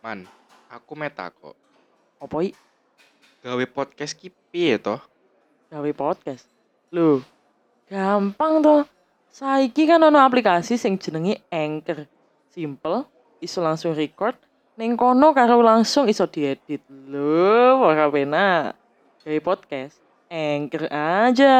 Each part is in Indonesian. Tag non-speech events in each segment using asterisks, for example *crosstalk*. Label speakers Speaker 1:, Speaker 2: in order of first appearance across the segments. Speaker 1: Man, aku meta kok.
Speaker 2: Opo i?
Speaker 1: Gawe podcast ki piye toh?
Speaker 2: Gawe podcast. Loh, gampang toh. Saiki kan ono aplikasi sing jenenge Anchor. Simple, iso langsung record. Ning kono karo langsung iso diedit. Loh, ora penak. Gawe podcast, Anchor aja.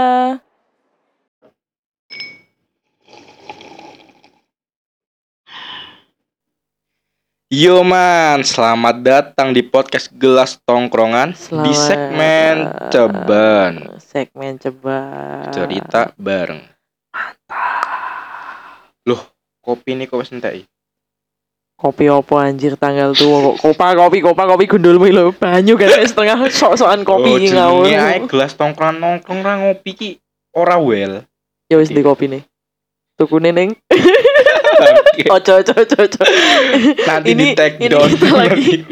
Speaker 1: Yo man, selamat datang di podcast Gelas Tongkrongan di
Speaker 2: Selamat-
Speaker 1: segmen Ceban.
Speaker 2: Segmen ceban.
Speaker 1: Cerita bareng. Loh, kopi ini kok wis entek i?
Speaker 2: Kopi opo anjir tanggal tua kok kopa kopi kopa kopi gundulmu lho banyu kan setengah sok-sokan kopi
Speaker 1: Oh,
Speaker 2: iki
Speaker 1: jenenge
Speaker 2: ngawur.
Speaker 1: ae Gelas Tongkrongan nongkrong ra ngopi ki ora well.
Speaker 2: Ya wis di kopi nih. Tukune
Speaker 1: *laughs*
Speaker 2: ning
Speaker 1: Oke,
Speaker 2: ojo ojo ojo ojo.
Speaker 1: Nanti di
Speaker 2: ini-
Speaker 1: take
Speaker 2: ini
Speaker 1: down.
Speaker 2: kita lagi-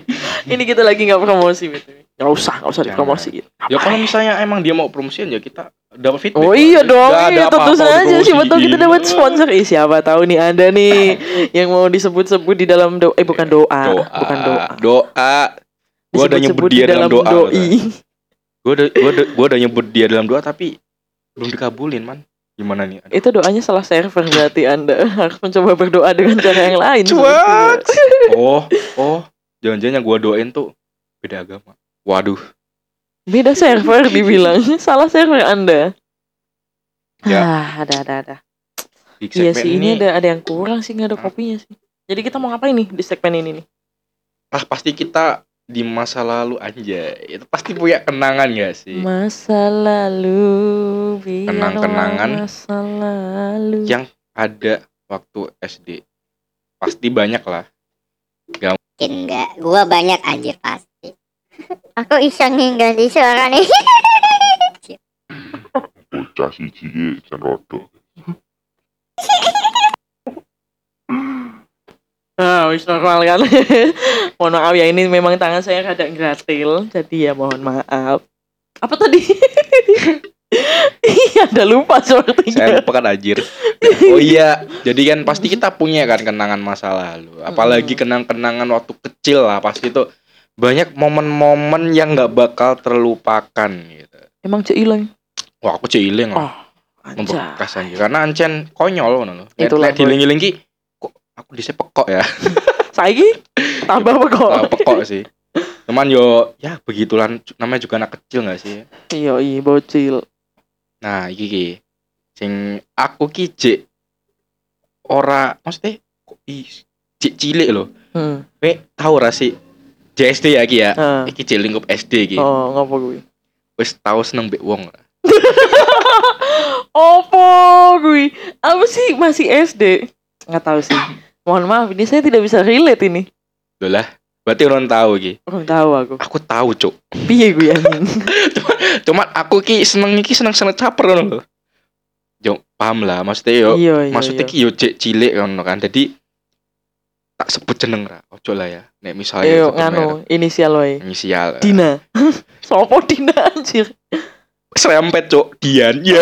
Speaker 2: Ini kita lagi nggak promosi gitu. Nggak usah, nggak usah dipromosiin.
Speaker 1: *laughs* Ya kalau misalnya emang dia mau promosiin ya kita dapat feedback.
Speaker 2: Oh iya dong,
Speaker 1: Nggak ada
Speaker 2: iya tentu
Speaker 1: apa-apa
Speaker 2: saja siapa tahu kita
Speaker 1: dipromosiin.
Speaker 2: dapat sponsor. Ih, siapa tahu nih Anda
Speaker 1: *laughs*
Speaker 2: nih yang mau disebut-sebut di dalam doa eh bukan doa,
Speaker 1: doa
Speaker 2: bukan doa.
Speaker 1: doa Gua udah nyebut
Speaker 2: Disebut-sebut
Speaker 1: dia dalam doa,
Speaker 2: doi. *laughs*
Speaker 1: gue udah gua udah gua udah nyebut dia dalam doa tapi belum dikabulin man gimana nih Aduh.
Speaker 2: Itu doanya salah server berarti Anda *laughs* harus mencoba berdoa dengan cara yang lain.
Speaker 1: Cuak. oh oh jangan-jangan yang gua doain tuh beda agama waduh
Speaker 2: Beda server dibilang, *laughs* salah server Anda.
Speaker 1: Ya.
Speaker 2: Ah, ada ada ada.
Speaker 1: di
Speaker 2: Iya
Speaker 1: segmen
Speaker 2: sih,
Speaker 1: ini,
Speaker 2: ini ada ada yang kurang sih nggak ada
Speaker 1: Hah?
Speaker 2: kopinya sih. Jadi kita mau ngapain nih di segmen ini nih?
Speaker 1: ah, pasti kita di masa lalu aja itu pasti punya kenangan gak sih
Speaker 2: Masa lalu biarlah
Speaker 1: Kenang-kenangan Ya.
Speaker 2: masa lalu.
Speaker 1: Yang- ada waktu SD pasti banyak lah
Speaker 3: Mungkin enggak, gua banyak anjir pasti. Aku iseng nginggali suara nih. *laughs*
Speaker 4: bocah siji iki jan rodok
Speaker 2: Ah, wis normal kan. *laughs* mohon maaf ya ini memang tangan saya rada gratil, jadi ya mohon maaf. Apa tadi? *laughs* Iya, ada lupa
Speaker 1: saya
Speaker 2: sepertinya.
Speaker 1: lupa kan anjir oh iya jadi kan pasti
Speaker 2: *laughs*
Speaker 1: kita punya kan kenangan masa lalu apalagi kenang-kenangan waktu kecil lah pasti itu banyak momen-momen yang nggak bakal terlupakan gitu
Speaker 2: Emang cek hilang.
Speaker 1: wah aku ciling
Speaker 2: Oh,
Speaker 1: lah
Speaker 2: Anjay.
Speaker 1: membekas aja karena ancen konyol ngono lho lek
Speaker 2: Itulah,
Speaker 1: lek dilingi-lingi kok aku dhisik pekok ya
Speaker 2: Saiki tambah apa kok?
Speaker 1: Nah, pekok sih cuman yo ya begitulah namanya juga anak kecil nggak sih
Speaker 2: *laughs* Iya, iya bocil.
Speaker 1: Nah, iki ki. Sing aku ki jek ora maksudnya kok i jek cilik lho.
Speaker 2: Hmm.
Speaker 1: Kowe tau ora sih JSD ya ki ya.
Speaker 2: ah.
Speaker 1: Iki jek lingkup SD ki.
Speaker 2: Oh, ngopo kuwi?
Speaker 1: Wis tau seneng mbek wong ora?
Speaker 2: Opo kuwi? Apa sih masih SD? Nggak tahu sih. Mohon maaf, ini saya tidak bisa relate ini.
Speaker 1: Lho lah, berarti orang tahu ki.
Speaker 2: Kurang tahu aku.
Speaker 1: Aku tahu, Cuk.
Speaker 2: Piye ya? gue anjing?
Speaker 1: Cuman aku ki seneng iki seneng seneng caper ngono lho. Yo paham lah maksudnya *laughs* yo.
Speaker 2: Iya, iya.
Speaker 1: maksudnya
Speaker 2: iya.
Speaker 1: ki yo jek cilik ngono kan. Jadi tak sebut jeneng ra. Ojo lah ya. Nek misalnya
Speaker 2: Ayo
Speaker 1: sebut merek,
Speaker 2: nganu inisial wae.
Speaker 1: inisial.
Speaker 2: Iya, Dina. *laughs* Sopo Dina anjir?
Speaker 1: serempet cok Dian
Speaker 2: *laughs*
Speaker 1: ya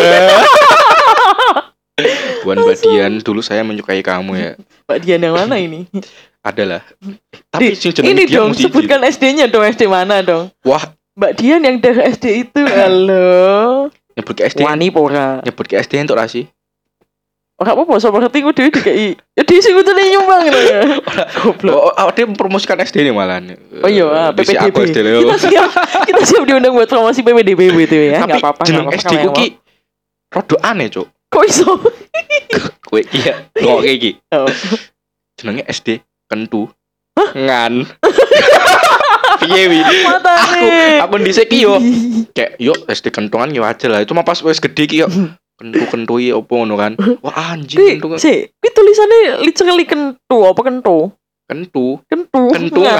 Speaker 1: Buan Mbak Dian dulu saya menyukai kamu ya
Speaker 2: Pak Dian yang mana ini?
Speaker 1: adalah Eh, tapi
Speaker 2: Di-
Speaker 1: sing jeneng
Speaker 2: ini
Speaker 1: Dian
Speaker 2: dong
Speaker 1: mesti
Speaker 2: sebutkan SD-nya dong SD mana dong?
Speaker 1: wah
Speaker 2: Mbak Dian yang dari SD
Speaker 1: *laughs*
Speaker 2: itu halo.
Speaker 1: nyebut ke SD
Speaker 2: Wani pora.
Speaker 1: nyebut ke SD untuk rasi
Speaker 2: Ora apa-apa sapa ngerti ku dhewe dikai. Ya dhewe sing kutune nyumbang lho
Speaker 1: *laughs*
Speaker 2: ya.
Speaker 1: oh,
Speaker 2: Goblok.
Speaker 1: oh, dia mempromosikan SD nih malahan
Speaker 2: Oh iya, ah,
Speaker 1: Di si
Speaker 2: PPDB.
Speaker 1: aku SD
Speaker 2: *laughs*
Speaker 1: lho.
Speaker 2: Kita *laughs* siap, kita siap diundang buat promosi PPDB BTW ya,
Speaker 1: tapi
Speaker 2: nggak apa-apa.
Speaker 1: jeneng
Speaker 2: nggak
Speaker 1: SD
Speaker 2: apa-apa kalau
Speaker 1: ku
Speaker 2: yang
Speaker 1: ki rodo aneh cok
Speaker 2: mau. kok iso?
Speaker 1: *laughs* kowe iya kok kayak ki
Speaker 2: Oh.
Speaker 1: jenenge SD kentu
Speaker 2: *laughs*
Speaker 1: ngan piye wi
Speaker 2: Mata
Speaker 1: aku
Speaker 2: nih.
Speaker 1: aku dhisik ki yo
Speaker 2: *laughs*
Speaker 1: kayak yuk SD kentungan yo aja lah cuma pas wes gede ki yo kentu kentui opo ngono
Speaker 2: *laughs*
Speaker 1: kan wah anjing kentu
Speaker 2: Si, ini tulisannya literally kentu apa kentu?
Speaker 1: kentu
Speaker 2: Kentu. Nah,
Speaker 1: kentungan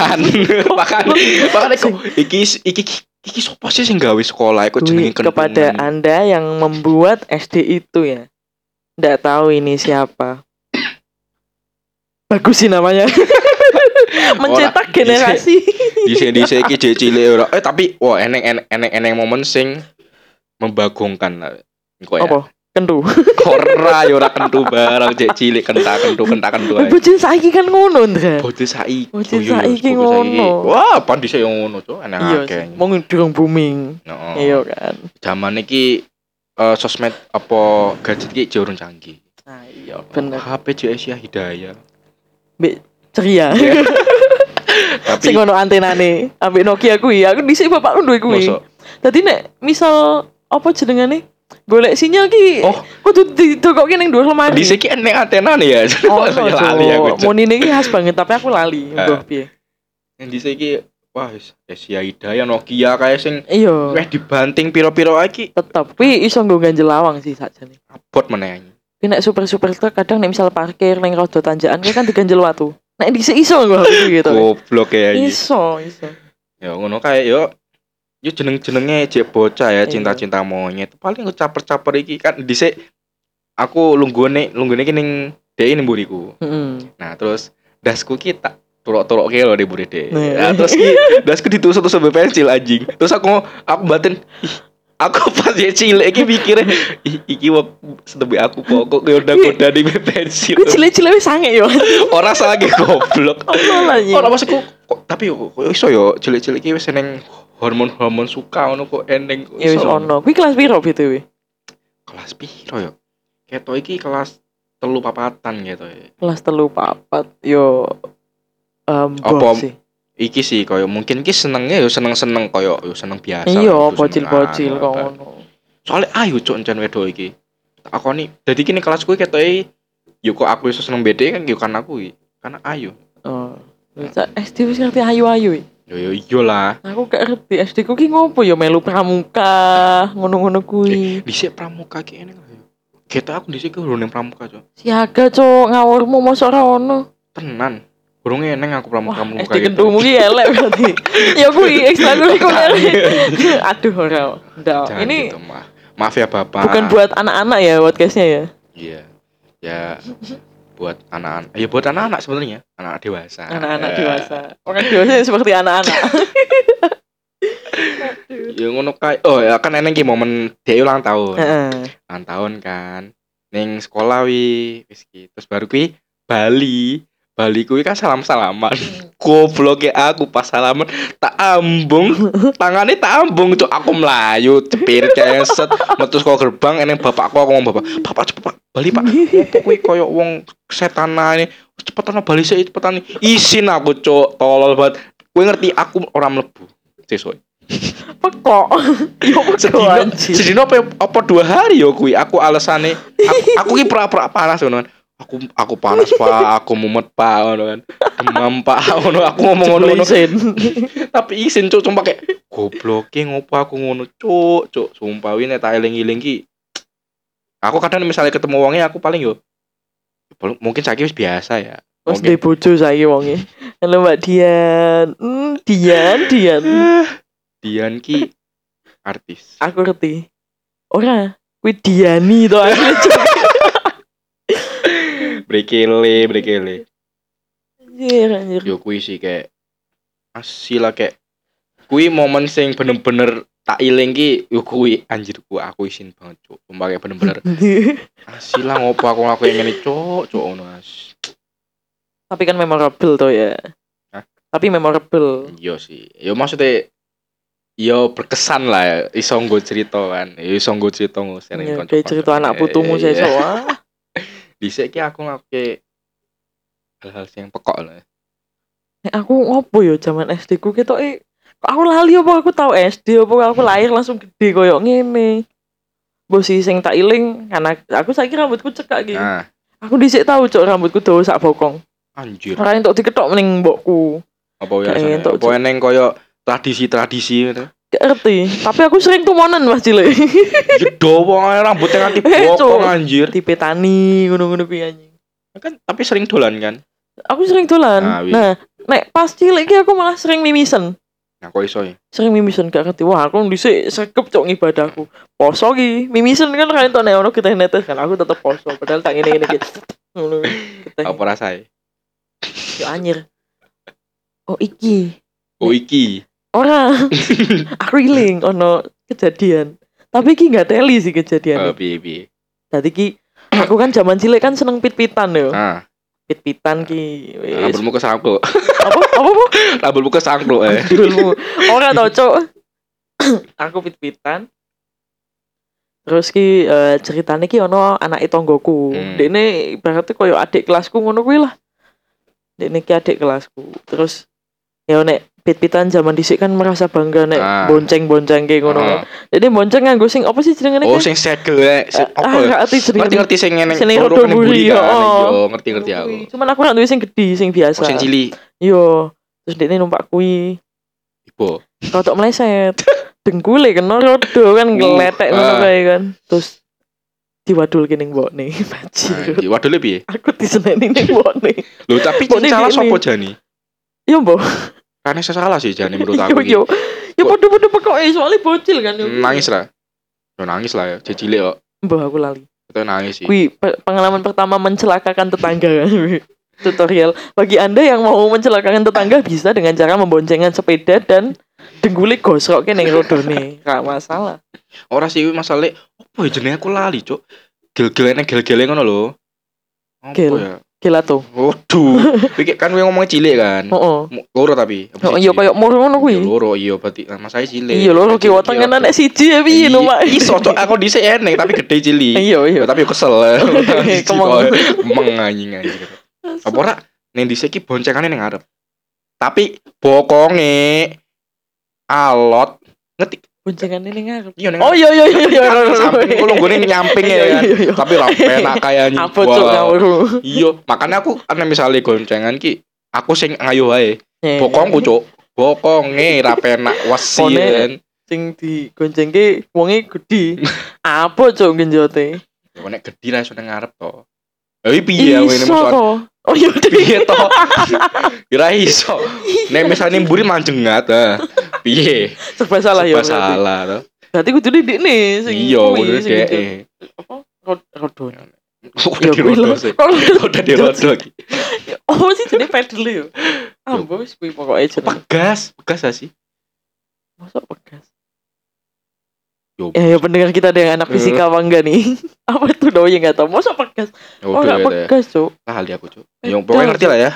Speaker 1: *laughs* bahkan bahkan aku
Speaker 2: Sing-
Speaker 1: iki iki iki sopo sih sing gawe sekolah iku jenenge
Speaker 2: Duit
Speaker 1: kentungan
Speaker 2: kepada Anda yang membuat SD itu ya. Nggak tahu ini siapa. Bagus sih
Speaker 1: *laughs*
Speaker 2: namanya. Mencetak generasi.
Speaker 1: dhisik dhisik
Speaker 2: *laughs*
Speaker 1: iki jek cilik ora eh tapi wah eneng eneng eneng eneng momen sing membagongkan lah Engko ya
Speaker 2: Apa? kentu.
Speaker 1: Kora yo *laughs* ora kentu barang cek cilik kentak kentu kentak kentu ae.
Speaker 2: Bocil saiki kan ngono,
Speaker 1: ya.
Speaker 2: Ndra.
Speaker 1: Bocil saiki.
Speaker 2: Bocil
Speaker 1: Yo, yo,
Speaker 2: saiki
Speaker 1: bocil saiki.
Speaker 2: ngono.
Speaker 1: Wah, pan dhisik yo ngono, Cuk. Enak
Speaker 2: Iya,
Speaker 1: akeh.
Speaker 2: mau durung booming.
Speaker 1: Heeh.
Speaker 2: Iya kan.
Speaker 1: Zaman iki eh, sosmed apa gadget iki jauh Ya canggih.
Speaker 2: Nah, iya bener.
Speaker 1: HP Jek Asia Hidayah.
Speaker 2: Mbek ceria.
Speaker 1: Iya. Tapi
Speaker 2: Sing ngono antenane ambek Nokia kuwi. Aku dhisik bapakku duwe kuwi.
Speaker 1: mosok
Speaker 2: Dadi nek misal apa jenengane golek sinyal ki
Speaker 1: Oh.
Speaker 2: kudu didokokke ning dhuwur lemari.
Speaker 1: dhisik *laughs* iki enek antena nih ya.
Speaker 2: Oh,
Speaker 1: Makanya lali aku. Cuk. Ah.
Speaker 2: Moni ini khas banget, tapi aku lali. Mbah piye?
Speaker 1: Yang dhisik iki wah wis Asia Hidayah Nokia kayak sing
Speaker 2: Iya,
Speaker 1: weh dibanting piro-piro ae iki
Speaker 2: tetep. Tapi iso nggo ganjel lawang sih sakjane.
Speaker 1: abot meneh.
Speaker 2: Tapi nek super super truk kadang nek misal parkir ning rodo tanjakan kuwi kan diganjel watu. Nek dhisik iso nggo hal itu gitu.
Speaker 1: Goblok ya iki.
Speaker 2: Iso, iso.
Speaker 1: Ya ngono kae yo. Yo jeneng-jenenge jek bocah ya
Speaker 2: Iya.
Speaker 1: cinta-cinta monyet. Paling ngecaper-caper iki kan dhisik aku lunggone lunggone iki ning dhek ning mburiku.
Speaker 2: Heeh.
Speaker 1: Nah, terus dasku ki tak turok-turokke lho ning mburi dhek.
Speaker 2: Nah.
Speaker 1: Nah, terus ki dasku ditusuk-tusuk be pensil anjing. Terus aku aku batin "Ih, Aku *laughs* pas dia cilik iki mikire "Ih, iki wak sedebi aku pokok yo
Speaker 2: Iya.
Speaker 1: udah goda di pensil.
Speaker 2: Kuwi cilik-cilik wis sange yo. *laughs* iya.
Speaker 1: Ora salah ge goblok.
Speaker 2: Allah lagi.
Speaker 1: Ora maksudku kok tapi yo kok iso yo cilik-cilik iki wis eneng hormon-hormon suka ngono kok eneng kok
Speaker 2: Ya wis ono. Kuwi kelas piro BTW?
Speaker 1: Kelas piro yo? Keto iki kelas telu papatan gitu ya.
Speaker 2: Kelas telu papat yo em
Speaker 1: Apa-
Speaker 2: boh sih.
Speaker 1: Iki sih koyo mungkin ki senengnya yo seneng-seneng koyo yo seneng biasa.
Speaker 2: Iya,
Speaker 1: yo,
Speaker 2: bocil-bocil
Speaker 1: seneng
Speaker 2: kok
Speaker 1: anu, apa.
Speaker 2: ngono.
Speaker 1: Soale ayo cuk encen wedo iki. Tak akoni. Dadi kini kelas kuwi ketoke yo kok aku iso seneng BD kan yo kan aku iki. Karena ah, ayo.
Speaker 2: Oh. Wis SD wis ngerti ayu-ayu. iki.
Speaker 1: Yo yo iyalah.
Speaker 2: Aku gak ngerti SD ku ki ngopo ya melu pramuka, ngono-ngono kuwi.
Speaker 1: Dhisik pramuka ki eneng lho. Keto aku dhisik ki urung ning pramuka cuk.
Speaker 2: Siaga, Cuk, ngawurmu mosok ora ono.
Speaker 1: tenan burung eneng aku pramuka
Speaker 2: Wah,
Speaker 1: pramuka gitu.
Speaker 2: SD kentumu ki elek
Speaker 1: *laughs*
Speaker 2: berarti. ya kuwi ekstra kurikuler. Aduh ora. Ndak. Ini
Speaker 1: ini mah. maaf ya bapak
Speaker 2: bukan buat anak-anak ya podcastnya ya.
Speaker 1: iya ya buat anak-anak ya buat anak-anak sebenarnya anak dewasa
Speaker 2: Anak-anak
Speaker 1: Ya.
Speaker 2: dewasa. Orang dewasa yang seperti anak-anak.
Speaker 1: ya ngono kae oh ya kan eneng ki momen dia ulang tahun
Speaker 2: Heeh.
Speaker 1: ulang tahun kan ning sekolah wi wis ki terus baru ki Bali Bali kuwi kan salam-salaman *laughs* goblok ya aku pas salaman tak ambung tangannya tak ambung cok aku melayu cepir ceset metu kok gerbang eneng bapakku aku ngomong bapak bapak cepet pak Bali pak Apa kuwi koyo wong setan ae cepetan bali sik cepetan isin aku cok tolol banget kuwi ngerti aku ora mlebu sesuk
Speaker 2: Pekok. Yo pekok
Speaker 1: sedino
Speaker 2: anjir.
Speaker 1: sedino apa, apa dua hari yo kui aku alasane aku, aku ki pura-pura panas ngono kan aku aku panas pak aku mumet pak ngono kan demam pak ngono aku ngomong ngono ngono
Speaker 2: Jeblisin.
Speaker 1: tapi isin cuk cuma kayak goblok ki ngopo aku ngono cuk cuk sumpah wi nek tak eling-eling ki aku kadang misalnya ketemu wongnya aku paling yo paling- mungkin saiki wis biasa ya
Speaker 2: Wes
Speaker 1: Mungkin-
Speaker 2: ndek bojo saiki wonge. Halo Mbak Dian. Hmm, Dian, Dian.
Speaker 1: Dian ki artis
Speaker 2: Aku ngerti. Ora, kuwi Diani to asli. Cuk.
Speaker 1: brekele brekele
Speaker 2: Anjir, anjir.
Speaker 1: yo kui sih kayak asila kayak kui momen sing bener-bener tak iling ki yo kui anjir ku aku isin banget cuk sumpah kayak
Speaker 2: *laughs*
Speaker 1: bener-bener asila ngopo aku ngelakuin ngene cuk cuk ngono as
Speaker 2: Tapi kan memorable tuh ya.
Speaker 1: Hah?
Speaker 2: Tapi memorable.
Speaker 1: yo Iya sih yo maksudnya yo berkesan lah ya. iso nggo cerita kan yo iso nggo cerita nggo sharing Iya,
Speaker 2: Ya, kayak cerita
Speaker 1: Eh,
Speaker 2: anak putumu saya soal.
Speaker 1: dhisik ki aku ngelakuin hal-hal sing pekok lah
Speaker 2: Nek aku ngopo ya zaman SD ku ketok e kok aku lali apa aku tau SD apa aku lahir langsung gede koyo ngene. Mbok sih sing tak iling karena aku saiki rambutku cekak iki.
Speaker 1: nah
Speaker 2: Aku dhisik tau cok rambutku dawa sak bokong.
Speaker 1: anjir
Speaker 2: Ora entuk diketok ning mbokku.
Speaker 1: apa ya
Speaker 2: Kayak
Speaker 1: rasanya?
Speaker 2: entuk,
Speaker 1: apa
Speaker 2: Cuk.
Speaker 1: eneng koyo tradisi-tradisi gitu
Speaker 2: Gak ngerti, tapi aku sering tumonan Mas Cilik.
Speaker 1: Jedowo ae rambutnya
Speaker 2: *laughs*
Speaker 1: nganti
Speaker 2: Eh, Cuk.
Speaker 1: bokong anjir.
Speaker 2: Tipe tani ngono-ngono kuwi anjing.
Speaker 1: Kan tapi sering dolan kan.
Speaker 2: Aku sering dolan.
Speaker 1: Nah, wih.
Speaker 2: Nah, nek pas cilik iki aku malah sering mimisen.
Speaker 1: Nah kok iso ya?
Speaker 2: sering mimisan gak ngerti wah aku dhisik sekep cok ngibadahku poso ki mimisan kan ra entuk nek ono getih netes kan aku tetep poso padahal tak ngene-ngene iki ngono getih
Speaker 1: Apa rasane?
Speaker 2: yo anjir oh iki
Speaker 1: Oh iki.
Speaker 2: ora aku iling ono kejadian tapi iki gak teli sih
Speaker 1: Eh
Speaker 2: kejadian
Speaker 1: piye piye.
Speaker 2: Dadi ki aku kan zaman cilik kan seneng pit-pitan yo.
Speaker 1: Nah,
Speaker 2: Pit-pitan ki. Eh, Wis.
Speaker 1: rambutmu ke *laughs* sangklo.
Speaker 2: Apa apa
Speaker 1: *laughs*
Speaker 2: apa?
Speaker 1: rambutmu ke sangklo eh.
Speaker 2: Dulmu. Ora to, Cuk. *clears throat* aku pit-pitan. Terus ki eh, ceritane ki ono anake tanggoku.
Speaker 1: Hmm.
Speaker 2: Dene ibaratnya koyo adik kelasku ngono kuwi lah. Dene ki adik kelasku. Terus ya nek pit-pitan zaman dhisik kan merasa bangga nek
Speaker 1: Ah.
Speaker 2: bonceng-bonceng ki
Speaker 1: Ah.
Speaker 2: ngono. Jadi bonceng nganggo sing apa sih jenengane?
Speaker 1: Oh,
Speaker 2: Ki?
Speaker 1: sing segel eh. Si-
Speaker 2: kan Ah,
Speaker 1: apa ya?
Speaker 2: gak ngerti jenengane.
Speaker 1: Ngerti-ngerti sing ngene.
Speaker 2: Sing
Speaker 1: baru
Speaker 2: rodo
Speaker 1: kene
Speaker 2: buri,
Speaker 1: buri kan.
Speaker 2: oh.
Speaker 1: Yo, ngerti-ngerti aku.
Speaker 2: Kuwi. Cuman aku ora duwe sing gedhi, sing biasa.
Speaker 1: Oh, sing cili.
Speaker 2: Yo, terus dia numpak kui, *laughs*
Speaker 1: Ibu. *laughs*
Speaker 2: rotok meleset. Dengkule kena rodo kan ngeletek ngono
Speaker 1: ah.
Speaker 2: kae kan. Terus diwadul ning mbokne, *laughs* bajir.
Speaker 1: Anjir, Nah, Waduh lebih.
Speaker 2: Aku diseneni ning mbokne.
Speaker 1: Loh, tapi
Speaker 2: Kok
Speaker 1: sing salah
Speaker 2: ini?
Speaker 1: sapa jani?
Speaker 2: Yo, Mbok.
Speaker 1: Karena saya salah sih jani menurut
Speaker 2: Yo
Speaker 1: aku. iki. Hmm,
Speaker 2: yo. Yo padha-padha pekoke soalnya bocil kan yo.
Speaker 1: Nangis lah. Yo nangis lah ya. Cecilik kok.
Speaker 2: Mbok aku lali.
Speaker 1: Kita nangis sih.
Speaker 2: Kui pe- pengalaman pertama mencelakakan tetangga *laughs* kan. Tutorial bagi Anda yang mau mencelakakan tetangga bisa dengan cara memboncengan sepeda dan dengkule gosrok ke ning rodone. Gak masalah.
Speaker 1: Ora sih masalah opo ya jenenge aku lali, Cuk. Gel-gelene gel-gele ngono lho. Apa
Speaker 2: Gel.
Speaker 1: ya?
Speaker 2: Gila tuh.
Speaker 1: Waduh. Iki kan kowe ngomong cilik kan.
Speaker 2: Heeh.
Speaker 1: Mu- Loro tapi. apa
Speaker 2: Oh,
Speaker 1: siji?
Speaker 2: iya koyo mur ngono
Speaker 1: Iya,
Speaker 2: kuwi.
Speaker 1: Loro iya berarti nah, masa cilik.
Speaker 2: Iya lho ki weteng kan anak siji ya piye
Speaker 1: Iya,
Speaker 2: no Mak.
Speaker 1: Iso Cuk, aku dhisik enek tapi gede cilik.
Speaker 2: *laughs* Iya iya.
Speaker 1: Ya, tapi aku
Speaker 2: *laughs*
Speaker 1: kesel.
Speaker 2: Kemong.
Speaker 1: Kemong menganjing anjing. Apa ora ning dhisik iki boncengane ning ngarep. Tapi bokonge alot ngetik
Speaker 2: Boncengane ning ngarep.
Speaker 1: iya ning
Speaker 2: Oh iya iya iya iya.
Speaker 1: samping kulo nggone nyamping ya
Speaker 2: Iya,
Speaker 1: kan.
Speaker 2: iya, iya.
Speaker 1: Tapi
Speaker 2: *laughs*
Speaker 1: lah penak kayak anjing.
Speaker 2: Apa cuk
Speaker 1: Wah.
Speaker 2: ngawuru.
Speaker 1: Iya, makanya aku ana misale goncengan ki aku sing ngayo wae.
Speaker 2: Iya, iya.
Speaker 1: Bokongku cuk. Bokonge ra penak wesi
Speaker 2: Pone-
Speaker 1: ya kan.
Speaker 2: Eh, sing digoncengke wonge
Speaker 1: *laughs*
Speaker 2: gedhi. Apa cuk genjote?
Speaker 1: Ya kok nek gedhi ra iso ning ngarep to. Ya iki piye aku *laughs* ini
Speaker 2: Iso
Speaker 1: maksud
Speaker 2: to. Oh iya
Speaker 1: piye to *laughs* kira iso nek misalnya mburi manjengat ah piye
Speaker 2: serba salah ya
Speaker 1: Serba
Speaker 2: berarti.
Speaker 1: salah to
Speaker 2: berarti kudune dekne sing
Speaker 1: iya
Speaker 2: kuwi,
Speaker 1: kudu
Speaker 2: sing
Speaker 1: dhek
Speaker 2: gitu. apa Rod- rodone
Speaker 1: udah
Speaker 2: kuwi lho.
Speaker 1: dirodo
Speaker 2: Ya.
Speaker 1: sih
Speaker 2: Kok rodone?
Speaker 1: udah
Speaker 2: *laughs*
Speaker 1: dirodo iki
Speaker 2: oh sih jadi pedal ya ambo wis kuwi pokoke jeneng
Speaker 1: pegas pegas gak sih
Speaker 2: masa pegas
Speaker 1: Yo.
Speaker 2: ya ya pendengar kita ada yang
Speaker 1: Eh.
Speaker 2: anak fisika apa enggak nih *laughs* apa tuh dong yang nggak tahu masa pegas oh
Speaker 1: udah ya,
Speaker 2: nggak
Speaker 1: ya.
Speaker 2: pegas Eh, cuk
Speaker 1: kali aku cuk yang pokoknya ngerti lah ya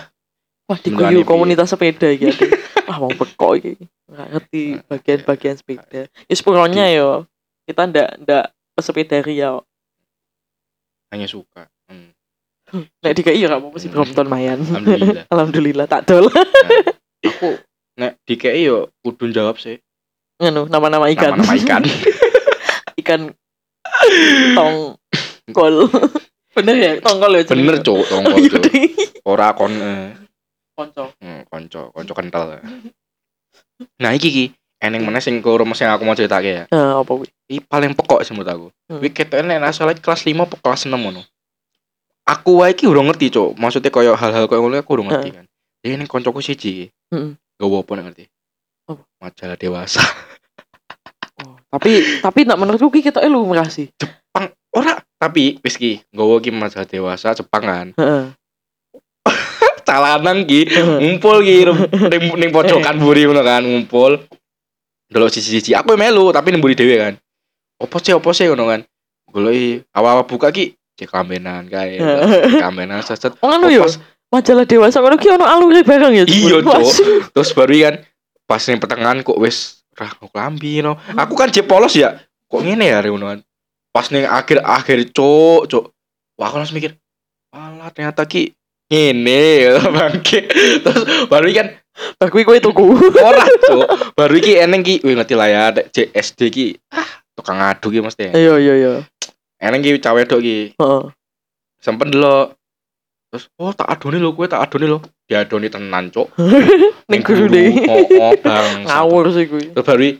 Speaker 2: wah
Speaker 1: Beneran
Speaker 2: diguyu
Speaker 1: nih, Pi.
Speaker 2: komunitas sepeda
Speaker 1: *laughs*
Speaker 2: iki aduh. wah mau beko iki nggak ngerti bagian-bagian sepeda ya sepuronya yo kita ndak ndak pesepeda ria kok.
Speaker 1: hanya suka Hmm,
Speaker 2: nek dikai ya nggak apa-apa sih Brompton mayan *laughs*
Speaker 1: alhamdulillah
Speaker 2: Alhamdulillah tak dol.
Speaker 1: aku nek dikei yo kudu jawab sih
Speaker 2: Nganu nama-nama ikan.
Speaker 1: nama-nama
Speaker 2: *laughs*
Speaker 1: ikan
Speaker 2: ikan tong kol. Bener ya? Tongkol ya
Speaker 1: bener
Speaker 2: jenengnya?
Speaker 1: cuk
Speaker 2: Oh,
Speaker 1: tonggo
Speaker 2: iya
Speaker 1: cuk
Speaker 2: deh.
Speaker 1: ora kon eh.
Speaker 2: Konco.
Speaker 1: Hmm, konco, konco kental. nah, iki iki eneng meneh sing karo sing aku mau critake ya.
Speaker 2: Nah, apa kuwi?
Speaker 1: Iki paling pokok sih menurut aku.
Speaker 2: Hmm.
Speaker 1: Kuwi ketoke nek nggak salah kelas 5 apa kelas 6 ngono. Aku wae iki urung ngerti, Cuk. Maksudnya koyo hal-hal koyo ngono aku urung ngerti kan. Jadi ning koncoku siji iki.
Speaker 2: Hmm.
Speaker 1: Gowo apa nek ngerti?
Speaker 2: Apa?
Speaker 1: Majalah dewasa. *laughs*
Speaker 2: Oh, tapi tapi nak menurutku ki ketoke lumrah sih.
Speaker 1: Ora, tapi wis ki, gowo ki majalah dewasa Jepang kan.
Speaker 2: Heeh.
Speaker 1: Calanang ki
Speaker 2: Heeh.
Speaker 1: ngumpul ki ning ning pojokan buri ngono kan ngumpul delok siji-siji aku melu tapi ning buri dhewe kan opo sih opo sih ngono kan goleki awal-awal buka ki cek kambenan kae kambenan seset
Speaker 2: Oh, anu yo.
Speaker 1: pas,
Speaker 2: Majalah dewasa ngono ki ono alure bareng ya.
Speaker 1: Iya,
Speaker 2: Cuk. Wah,
Speaker 1: Cuk.
Speaker 2: sih.
Speaker 1: terus baru kan pas ning pertengahan kok wis rah kok lambi no aku kan jek polos ya kok ngene ya ngono kan pas ning akhir-akhir cuk cuk wah aku langsung mikir alah ternyata ki ngene ya, *laughs* bangke terus baru kan
Speaker 2: Bah kuwi kowe tuku.
Speaker 1: Ora, Cuk. Baru iki eneng ki, wih ngerti lah ya, nek JSD ki. Ah, tukang ngadu ki mesti.
Speaker 2: Iya, iya, iya.
Speaker 1: Eneng ki cawe dok ki.
Speaker 2: Heeh.
Speaker 1: Sempen delok. Terus, oh tak adoni lho kowe, tak adoni lho. Diadoni tenan, Cuk.
Speaker 2: Ning gurune. *laughs*
Speaker 1: Oh, bang.
Speaker 2: Ngawur sih kuwi.
Speaker 1: Terus baru iki,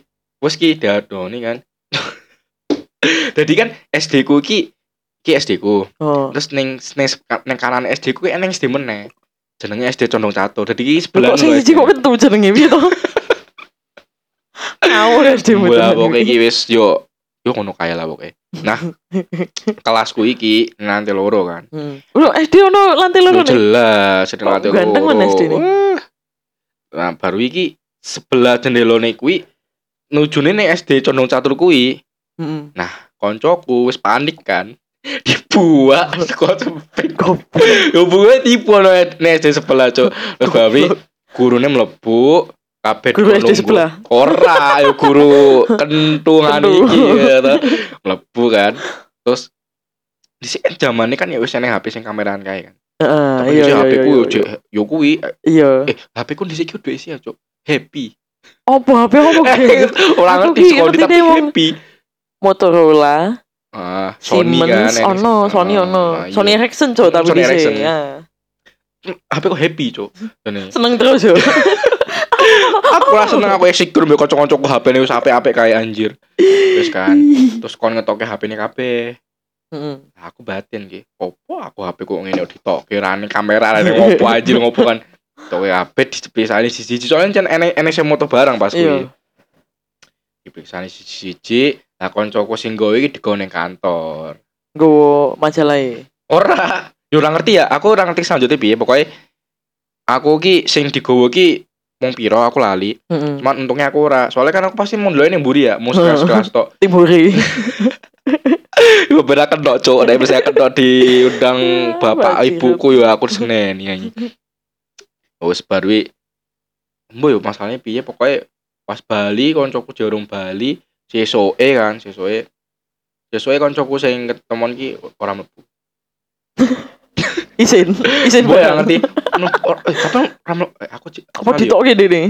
Speaker 1: wis ki diadoni kan. *laughs* Jadi kan SD ku ki ki SD ku.
Speaker 2: Heeh.
Speaker 1: Terus ning ning, ning kanan SD ku ki eneng SD meneh. Jenenge SD Condong Catur. Jadi ki sebelah
Speaker 2: Kok sing siji kok kentu jenenge piye to? Ngawur ya demo.
Speaker 1: Wah, pokoknya iki wis yo yo ngono kae lah pokoknya.
Speaker 2: *laughs*
Speaker 1: Nah, kelasku iki nanti loro kan.
Speaker 2: Hmm. Lho, SD ono lantai loro
Speaker 1: Lu
Speaker 2: nih.
Speaker 1: jelas sedang
Speaker 2: Kok
Speaker 1: nanti loro.
Speaker 2: ganteng men SD ini?
Speaker 1: Wah. Nah, baru iki sebelah jendelone kuwi nujune ning SD Condong Catur kuwi.
Speaker 2: Heeh.
Speaker 1: Koncoku wis panik kan. *laughs* dibuat sekolah sempit Hubungannya tipu no nih SD sebelah cok. Lah bawi gurune mlebu kabeh
Speaker 2: Guru SD
Speaker 1: nunggu.
Speaker 2: sebelah.
Speaker 1: Ora ya guru kentungan
Speaker 2: Kentung.
Speaker 1: iki ya toh. Mlebu kan. Terus di sini zamane kan ya wis eneh HP sing kameraan kae kan.
Speaker 2: Heeh,
Speaker 1: Tapi di
Speaker 2: iya
Speaker 1: sini
Speaker 2: iya
Speaker 1: HP ku yo
Speaker 2: iya, iya.
Speaker 1: jek- yo kuwi
Speaker 2: Iya.
Speaker 1: eh HP ku di sini udah isi ya cok. Happy.
Speaker 2: Apa HP
Speaker 1: *laughs*
Speaker 2: apa gitu?
Speaker 1: Orang
Speaker 2: Aku
Speaker 1: ngerti
Speaker 2: ki
Speaker 1: sekolah
Speaker 2: ngerti
Speaker 1: tapi
Speaker 2: deh, wong.
Speaker 1: happy.
Speaker 2: Motorola,
Speaker 1: Ah, Sony kan.
Speaker 2: Siemens,
Speaker 1: yang di
Speaker 2: ono,
Speaker 1: sini.
Speaker 2: Sony
Speaker 1: Ah,
Speaker 2: ono,
Speaker 1: iya.
Speaker 2: Sony Ericsson cok tapi
Speaker 1: Sony
Speaker 2: di
Speaker 1: Ericsson.
Speaker 2: sini. Ya.
Speaker 1: HP ku happy cok. Ini.
Speaker 2: Seneng terus yo.
Speaker 1: Iya. aku rasa seneng aku insecure mbek kanca-kanca ku HP ne wis apik-apik kae anjir. Terus kan, terus kon ngetoke HP ne kabeh.
Speaker 2: Heeh.
Speaker 1: Nah, Aku batin ki, opo aku HP ku ngene kok ditoke rane kamera rane ngopo anjir ngopo kan. Toke HP dipisahne siji-siji soalnya jan enek enek sing moto barang pas kuwi.
Speaker 2: Iya.
Speaker 1: Dipisahne siji-siji, lah kancaku sing gawe iki digone kantor.
Speaker 2: Gowo majalah e.
Speaker 1: Ora, yo ora ngerti ya, aku ora ngerti selanjutnya piye, pokoknya aku ki sing digowo ki mung piro aku lali.
Speaker 2: Heeh.
Speaker 1: Cuman untungnya aku ora. Soalnya kan aku pasti mau ndelok ning mburi ya, *laughs* mau kelas kelas tok.
Speaker 2: Timuri.
Speaker 1: Beberapa kedok cuk, nek misalnya kedok diundang bapak
Speaker 2: Wajib.
Speaker 1: ibuku ya aku seneni nyanyi. Wis baru i- Mbo yo masalahnya piye pokoknya pas Bali koncoku jarung Bali sesoke kan, sesoke. Sesoke koncoku sing ketemon ki ora mlebu.
Speaker 2: *laughs* Isin, isin
Speaker 1: Mbo ya
Speaker 2: barang.
Speaker 1: ngerti. Anu, or- eh, Tapi ora mle- eh, aku cek-
Speaker 2: Apa
Speaker 1: kali yo.
Speaker 2: ditoke dene?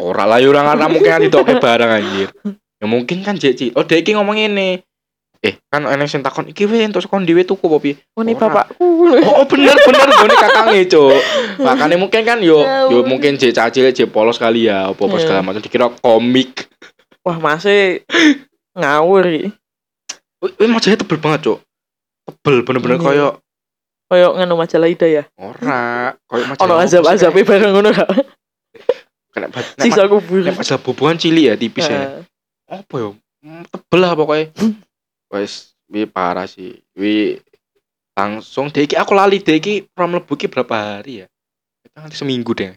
Speaker 1: Ora lah yo ora ngarep mungkin kan ditoke barang anjir. Ya mungkin kan jek Ci. Oh dek iki ngomong ngene. Eh, kan enek sing takon iki wis entuk sekon dhewe tuku apa piye?
Speaker 2: Oh ini
Speaker 1: Ora.
Speaker 2: bapakku.
Speaker 1: Oh, oh, bener bener gone kakange, Cuk. Makane mungkin kan yo
Speaker 2: Ya
Speaker 1: yo
Speaker 2: ampun.
Speaker 1: mungkin jek cacile jek polos kali ya, apa-apa
Speaker 2: Ya.
Speaker 1: segala macam dikira komik.
Speaker 2: Wah, masih ngawur iki.
Speaker 1: Wih, majalah tebel banget, Cuk. Tebel bener-bener
Speaker 2: Iya.
Speaker 1: koyo
Speaker 2: Kayak nganu majalah hidayah.
Speaker 1: ora, koyo majalah.
Speaker 2: Ono
Speaker 1: apa sih,
Speaker 2: azab-azabe bareng ngono ra.
Speaker 1: Nek nek- nek-
Speaker 2: Siksa kubur.
Speaker 1: nek majalah bubuhan cilik ya tipis ya.
Speaker 2: Heeh.
Speaker 1: apa ya Mm, tebel lah pokoknya wes wi parah sih wi langsung deki aku lali deki pram lebu ki berapa hari ya kita nanti seminggu deh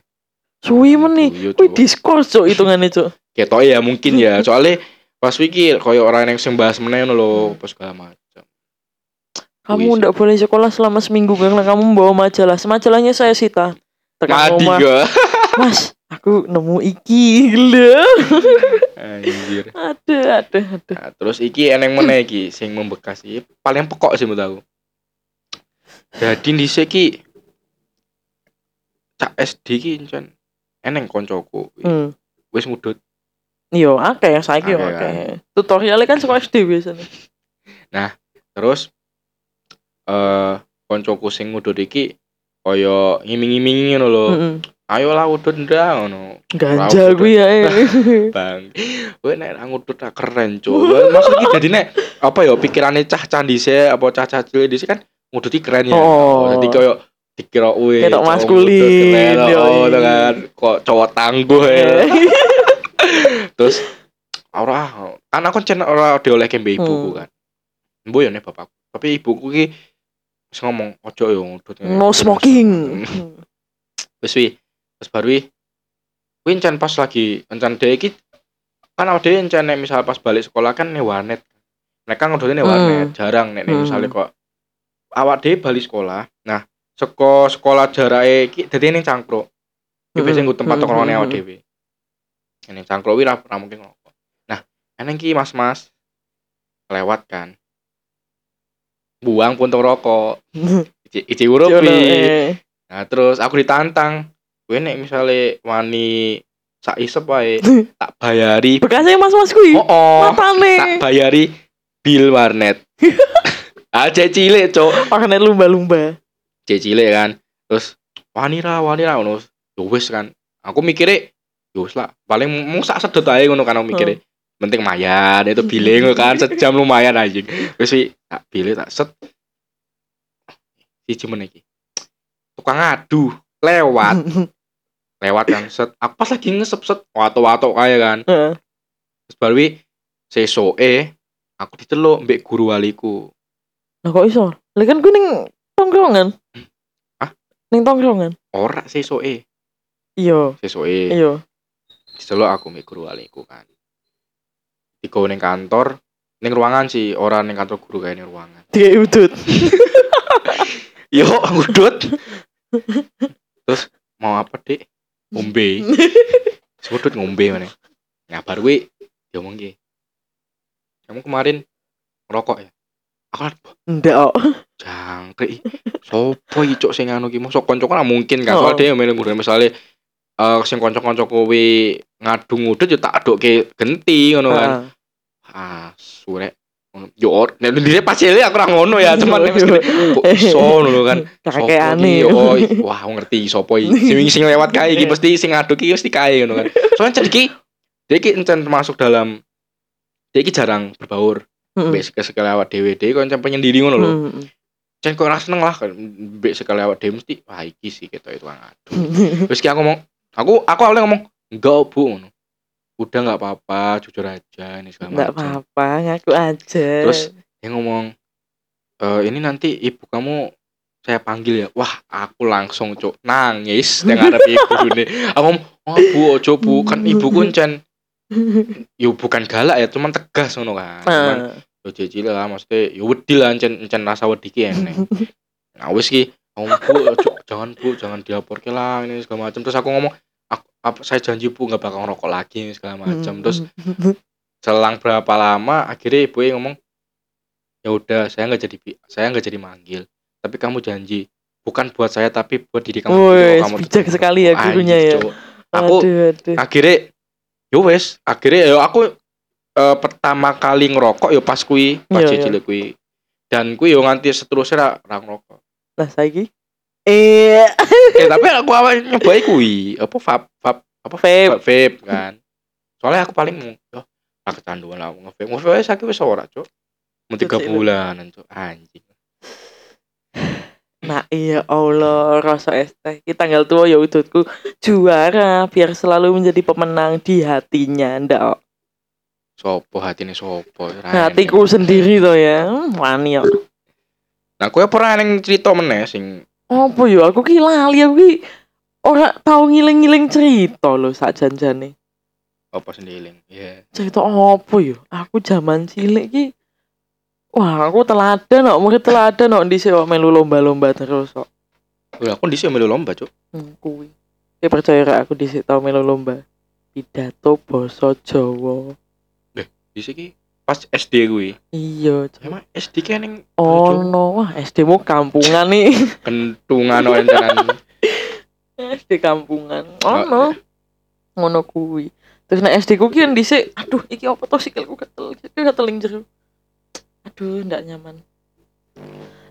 Speaker 2: Suwi meni.
Speaker 1: Seminggu, yo,
Speaker 2: Kuwi
Speaker 1: iya, Cuk.
Speaker 2: diskors cuk hitungane cuk.
Speaker 1: Ketoke ya mungkin ya soalnya pas wiki koyo orang yang sing bahas meneh lho pas segala macam
Speaker 2: Kamu
Speaker 1: Wih,
Speaker 2: tidak boleh sekolah selama seminggu karena kamu membawa majalah. Majalahnya saya sita. Tekan
Speaker 1: mati
Speaker 2: rumah.
Speaker 1: gua
Speaker 2: Mas, aku nemu iki gila.
Speaker 1: anjir
Speaker 2: Ada, ada, ada.
Speaker 1: Nah, terus iki eneng meneh iki sing membekas iki paling pekok sih menurut aku. Jadi dhisik iki cak SD iki encen eneng koncoku.
Speaker 2: Hmm.
Speaker 1: Wis ngudut.
Speaker 2: Yo, akeh saiki yo
Speaker 1: Akeh,
Speaker 2: akeh. Tutorialnya kan sekolah SD biasanya.
Speaker 1: Terus eh koncoku sing ngudut iki kaya ngiming-ngimingi ngono lho.
Speaker 2: Heeh.
Speaker 1: Ayo lah udut ndak ngono.
Speaker 2: Hmm.
Speaker 1: Rauh,
Speaker 2: Ganja kuwi ya. eh.
Speaker 1: Iya. Bang. Kowe nek ra ngudut ra keren, Cuk. Maksud iki dadi nek apa ya pikirane cah-cah dhisik apa cah-cah cilik dhisik kan ngudut iki keren ya.
Speaker 2: Oh.
Speaker 1: Jadi koyo dikira uwe
Speaker 2: Ketok
Speaker 1: cowok
Speaker 2: maskulin,
Speaker 1: ngudut keren,
Speaker 2: yoi.
Speaker 1: oh, itu kan kok cowok tangguh ya.
Speaker 2: *laughs* Iya.
Speaker 1: Terus ora kan aku cen ora diolehke mbek ibuku
Speaker 2: Hmm.
Speaker 1: kan. Mbo yo nek bapakku. Tapi ibuku ki wis ngomong ojo yo ngudut.
Speaker 2: No smoking.
Speaker 1: Hmm. Wis wi. Wis baru wi. Kuwi encen pas lagi encen dhek iki kan awake dhewe encen nek misal pas balik sekolah kan nek warnet. Nek kan ngudutnya nek
Speaker 2: Hmm.
Speaker 1: warnet, jarang nek nek
Speaker 2: Hmm.
Speaker 1: misale kok awak dhewe balik sekolah. Nah, seko sekolah jarake iki dadi ning cangkruk. Iki
Speaker 2: Hmm.
Speaker 1: Iya, biasanya nggo tempat
Speaker 2: Hmm,
Speaker 1: tongkrongane
Speaker 2: hmm,
Speaker 1: awak
Speaker 2: hmm.
Speaker 1: dhewe. Ning cangkruk wi ra ra mungkin ngerokok. Nah, eneng ki mas-mas lewat kan. Buang puntung rokok. Ici, ici urup
Speaker 2: Yo,
Speaker 1: wi.
Speaker 2: Hmm. eh.
Speaker 1: Nah terus aku ditantang Gue nek misalnya wani sak isep wae tak bayari
Speaker 2: Bekasnya mas-mas
Speaker 1: *laughs*
Speaker 2: kuwi.
Speaker 1: oh, oh tak
Speaker 2: Matane.
Speaker 1: bayari bil warnet *laughs* aja cilik cok
Speaker 2: Orangnya lumba-lumba.
Speaker 1: aja cilik kan terus wani ra wani ra ngono Yo wis kan aku mikirnya yo wis lah paling mung sak sedot ae ngono kan aku mikirnya penting lumayan itu billing kan sejam lumayan anjing wis wi, tak bilih tak set siji meneh iki tukang adu lewat lewat kan set aku pas lagi ngesep set wato-wato kaya kan
Speaker 2: Heeh.
Speaker 1: terus baru wi, sesoke aku diteluk mbek guru waliku
Speaker 2: Lah kok iso? Lah kan gue ning tongkrongan.
Speaker 1: Hah?
Speaker 2: Ning tongkrongan.
Speaker 1: ora sesoke
Speaker 2: Iya,
Speaker 1: sesoke
Speaker 2: iya.
Speaker 1: diteluk aku mbek guru waliku kan digo ning kantor Ning ruangan sih, orang ning kantor guru kayak ning ruangan.
Speaker 2: Dia udut.
Speaker 1: Yo, ngudut. Terus mau apa, Dik? Ngombe. Ngudut ngombe mana? Ngabar kuwi diomong ki. Kamu kemarin ngerokok ya? Aku liat, "Wah,
Speaker 2: Ndak kok.
Speaker 1: jangkrik. Sopo iki cok sing anu ki? Mosok kanca kan mungkin kan.
Speaker 2: Oh.
Speaker 1: Soale dhewe melu ngudut misale eh sing kanca-kanca kowe ngadu ngudut ya tak adokke genti ngono kan.
Speaker 2: Ah.
Speaker 1: asu rek Ngono. yo or- nek diri pas cilik aku ora ngono ya cuman nek wis gede, kok iso ngono kan Sopo
Speaker 2: Kakek aneh.
Speaker 1: iki? oh i- wah aku ngerti sopo iki sing sing lewat kae iki mesti sing ngaduk iki mesti kae ngono kan soalnya jadi iki dia iki encen termasuk dalam dia iki jarang berbaur
Speaker 2: Hmm.
Speaker 1: mbek sek- sekali awak dhewe dhewe kok encen penyendiri ngono lho encen kok ora seneng lah kan mbek sekali awak dhewe mesti wah iki sih ketok itu ngadu Terus kayak aku ngomong, aku aku awalnya ngomong, enggak bu, ngono. udah nggak apa-apa, jujur aja ini segala
Speaker 2: Enggak
Speaker 1: macam."
Speaker 2: apa-apa, ngaku aja.
Speaker 1: Terus dia ngomong, "E, ini nanti ibu kamu saya panggil ya. Wah, aku langsung cok nangis dengan ada ibu ini. Aku ngomong, oh bu, ojo bu, kan ibu kuncen. Yo bukan galak ya, cuman tegas ngono kan. Cuman
Speaker 2: Ah.
Speaker 1: yo jijik lah maksudnya yo wedi lah encen encen rasa wedi ki eneng nah wis ki ngomong bu ojo, jangan bu jangan dilaporke lah ini segala macam terus aku ngomong aku, apa, saya janji bu nggak bakal ngerokok lagi ini segala
Speaker 2: Hmm,
Speaker 1: macam terus selang berapa lama akhirnya ibu ngomong ya udah saya nggak jadi bi- saya nggak jadi manggil tapi kamu janji bukan buat saya tapi buat diri kamu sendiri,
Speaker 2: Woi,
Speaker 1: kalau kamu
Speaker 2: bijak
Speaker 1: tetap
Speaker 2: sekali ya
Speaker 1: ngerokok."
Speaker 2: gurunya
Speaker 1: Anjing,
Speaker 2: ya.
Speaker 1: cowok. aku Ah.
Speaker 2: aduh, aduh.
Speaker 1: akhirnya yo wes akhirnya yo aku eh, pertama kali ngerokok yo pas kui pas
Speaker 2: Iya,
Speaker 1: yeah,
Speaker 2: iya.
Speaker 1: cilik kui dan kui yo nganti seterusnya ra, ra ngerokok
Speaker 2: Lah saiki eh
Speaker 1: eh tapi aku awal nyobai kui apa vape vape apa
Speaker 2: Vape.
Speaker 1: vape kan soalnya aku paling mau yo ra kecanduan lah aku ngevape ngevape wes aku wis ora cuk mau tiga
Speaker 2: Cuci lu.
Speaker 1: bulan cuk anjing
Speaker 2: Nah iya Allah Rasa es teh Kita tanggal tua ya udutku Juara Biar selalu menjadi pemenang Di hatinya Ndak
Speaker 1: sopo hati ini sopo ra enak.
Speaker 2: Hatiku sendiri tuh ya Hmm, Wani kok.
Speaker 1: nah kue pernah neng cerita meneh sing
Speaker 2: Apa ya Aku ki lali Aku ki Orang tau ngiling-ngiling cerita loh Saat janjane
Speaker 1: apa sendiling ya
Speaker 2: Cerita apa ya Aku zaman cilik ki Wah aku teladan kok Murid teladan kok Di kok melu lomba-lomba terus kok
Speaker 1: udah aku disitu melu lomba cuk
Speaker 2: Hmm, Kuwi Ki percaya ra aku di tau melu lomba Pidato Boso Jawa
Speaker 1: disitu ki pas SD kui
Speaker 2: Iya, Cok.
Speaker 1: Emang SD kan yang
Speaker 2: Oh no, wah SD mu kampungan nih
Speaker 1: kentungan orang jalan.
Speaker 2: SD kampungan Oh
Speaker 1: iya.
Speaker 2: no Ngono kuwi Terus nek SD ku kian dhisik Aduh iki apa toh sikilku gatel Sikil gatel ing jero Aduh ndak nyaman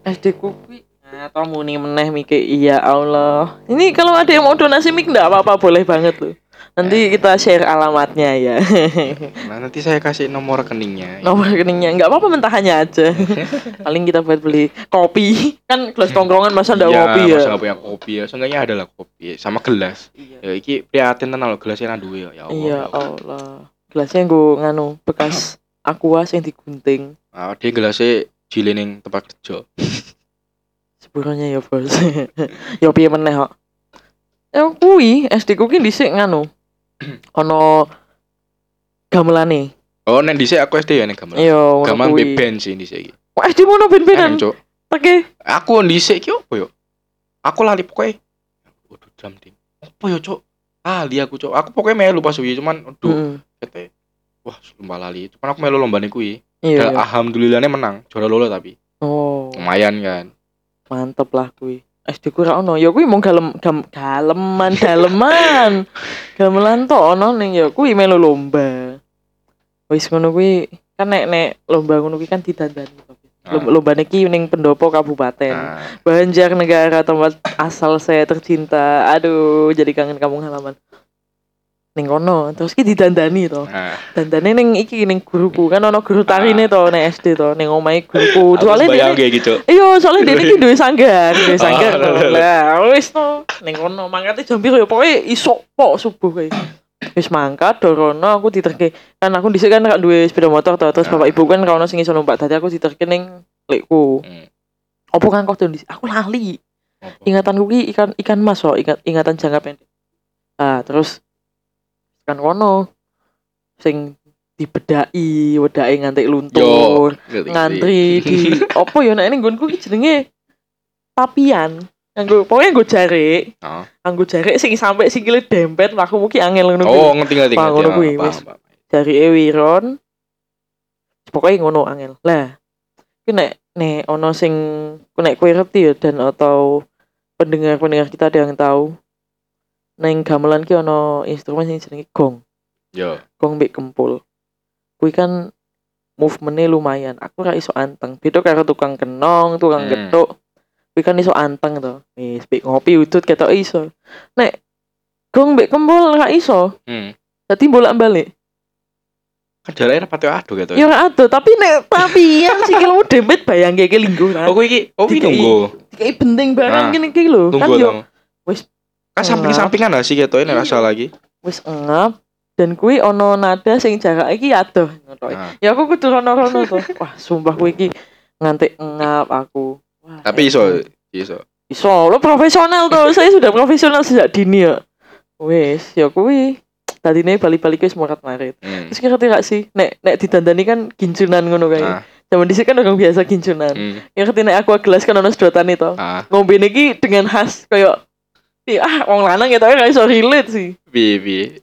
Speaker 2: SD ku kuwi Nah, toh muni meneh mikir iya Allah. Ini kalau ada yang mau donasi mik ndak apa-apa boleh banget loh.
Speaker 1: Eh.
Speaker 2: Nanti kita share alamatnya ya. *laughs*
Speaker 1: Nah, nanti saya kasih nomor rekeningnya. Ya.
Speaker 2: Nomor rekeningnya nggak apa-apa mentahannya
Speaker 1: Eh.
Speaker 2: aja. Paling kita buat beli kopi. Kan gelas tongkrongan masa ndak
Speaker 1: Iya,
Speaker 2: kopi ya.
Speaker 1: masa nggak punya kopi ya. Seenggaknya ada lah kopi sama gelas.
Speaker 2: Iya.
Speaker 1: Ya iki prihatin tenan lho gelasnya nang duwe ya. Ya Allah.
Speaker 2: Iya Allah. Gelasnya gue nganu
Speaker 1: *coughs*
Speaker 2: bekas aqua yang digunting.
Speaker 1: Nah, dia gelasnya jilin ning tempat kerja.
Speaker 2: Sebenarnya ya bos. *laughs* ya piye meneh kok. Ya kuwi SD ku ki dhisik
Speaker 1: *coughs*
Speaker 2: nganu. ono gamelane.
Speaker 1: Oh, nek dhisik aku SD ya ning gamelan.
Speaker 2: Iya, ngono
Speaker 1: Gamelan Eh,
Speaker 2: kuwi.
Speaker 1: beben sih dhisik iki.
Speaker 2: Kok SD mono
Speaker 1: Enak,
Speaker 2: ben-benan.
Speaker 1: Cuk.
Speaker 2: Teke.
Speaker 1: Aku dhisik ki opo yo? Aku lali pokoknya Waduh, drum ding. Opo yo, Cuk? Lali aku, Cuk. Aku pokoknya melu pas suwi cuman aduh,
Speaker 2: Mm-mm.
Speaker 1: kete. Wah, lomba lali. Cuman aku melu lomba niku kuwi. Dan
Speaker 2: Iya. iya.
Speaker 1: alhamdulillahnya menang, juara lolo tapi
Speaker 2: Oh,
Speaker 1: lumayan kan.
Speaker 2: mantep lah kuwi. SD ku ra ono. Ya kuwi mung galem gam, galeman daleman. Gamelan to ono ning ya kuwi melu lomba. Wis ngono kuwi kan nek nek lomba ngono kuwi kan didandani to.
Speaker 1: Ah.
Speaker 2: Lom- Lomba niki ning pendopo kabupaten.
Speaker 1: Nah,
Speaker 2: Banjarnegara tempat asal saya tercinta. Aduh, jadi kangen kampung halaman. Ning kono terus ki didandani to.
Speaker 1: nah,
Speaker 2: Dandane ning iki ning guruku kan ono guru tarine to nek SD to ning omahe guruku.
Speaker 1: aku
Speaker 2: Soale
Speaker 1: bayang
Speaker 2: dene
Speaker 1: kayak gitu.
Speaker 2: Iya, soalnya dia ini duwe sanggar, duwe
Speaker 1: Ah,
Speaker 2: sanggar.
Speaker 1: lho, lho.
Speaker 2: Lah, wis to. Ning kono mangkate jam piro ya pokoke isuk pok subuh kae. Wis mangkat dorono aku diterke. Kan aku dhisik kan gak duwe sepeda motor to, terus
Speaker 1: Ah.
Speaker 2: bapak ibu kan kono sing iso numpak dadi aku diterke ning lekku.
Speaker 1: Hmm.
Speaker 2: Opo kan kok dhisik? Aku lali.
Speaker 1: Apa?
Speaker 2: Ingatanku ki ikan ikan mas kok, ingat ingatan jangka pendek. Ah, terus kan kono sing dibedai, wedake nganti luntur.
Speaker 1: Yo,
Speaker 2: ngantri di
Speaker 1: *laughs*
Speaker 2: opo ya nek ini nggonku iki jenenge papian. Nganggo pokoknya nggo jare.
Speaker 1: Oh.
Speaker 2: Nganggo jare sing sampe sikile dempet aku mungkin angel ngono
Speaker 1: Oh,
Speaker 2: kuwi.
Speaker 1: ngerti ngerti.
Speaker 2: Paham
Speaker 1: ngerti.
Speaker 2: ngono kuwi,
Speaker 1: Ah, paham,
Speaker 2: wis.
Speaker 1: paham.
Speaker 2: Jarike wiron. Pokoknya ngono angel. Lah. Ku nek nek ono sing ku nek kowe ngerti ya dan atau pendengar-pendengar kita ada yang tahu. Neng gamelan ki ono instrumen sing jenenge gong.
Speaker 1: Yo.
Speaker 2: gong mbek kempul. Kuwi kan movementnya lumayan. Aku ra iso anteng. Beda karo tukang kenong, tukang
Speaker 1: Hmm.
Speaker 2: getuk. Kuwi kan iso anteng to. Wis mbek ngopi udut ketok iso. Nek gong mbek kempul ra iso.
Speaker 1: Hmm.
Speaker 2: Dadi bolak-balik.
Speaker 1: Kan jaraknya rapati aduh gitu.
Speaker 2: Ya ora ado, tapi nek
Speaker 1: *laughs*
Speaker 2: tapi yang sikilmu dempet bayangke iki
Speaker 1: Oh,
Speaker 2: linggo ra.
Speaker 1: kuwi iki, oh kuwi
Speaker 2: Dikai.
Speaker 1: nunggu.
Speaker 2: Kayak benteng barang
Speaker 1: Nah,
Speaker 2: ngene iki lho. Kan
Speaker 1: Nunggu
Speaker 2: yo
Speaker 1: dong.
Speaker 2: wis. Iya.
Speaker 1: Kan samping-sampingan lah sih gitu ini rasa lagi.
Speaker 2: wis ngap dan kuwi ono nada sing jarak iki adoh ngono.
Speaker 1: Nah.
Speaker 2: Ya aku kudu rono-rono to. Wah, sumpah kowe iki nganti ngap aku. Wah,
Speaker 1: Tapi iso
Speaker 2: enak.
Speaker 1: iso.
Speaker 2: Iso, lo profesional tuh. Saya sudah profesional sejak dini ya. Wis, ya kuwi. Tadine bali-balik wis murat marit.
Speaker 1: Hmm.
Speaker 2: Terus kira nggak sih, nek nek didandani kan kincunan ngono kae.
Speaker 1: Ah,
Speaker 2: Zaman dhisik kan orang biasa kincunan.
Speaker 1: hmm.
Speaker 2: Ya ngerti nek aku gelas kan ono sedotan itu.
Speaker 1: Ah,
Speaker 2: Ngombe iki dengan khas koyo ah wong lanang ya tapi gak iso relate sih.
Speaker 1: bi bi.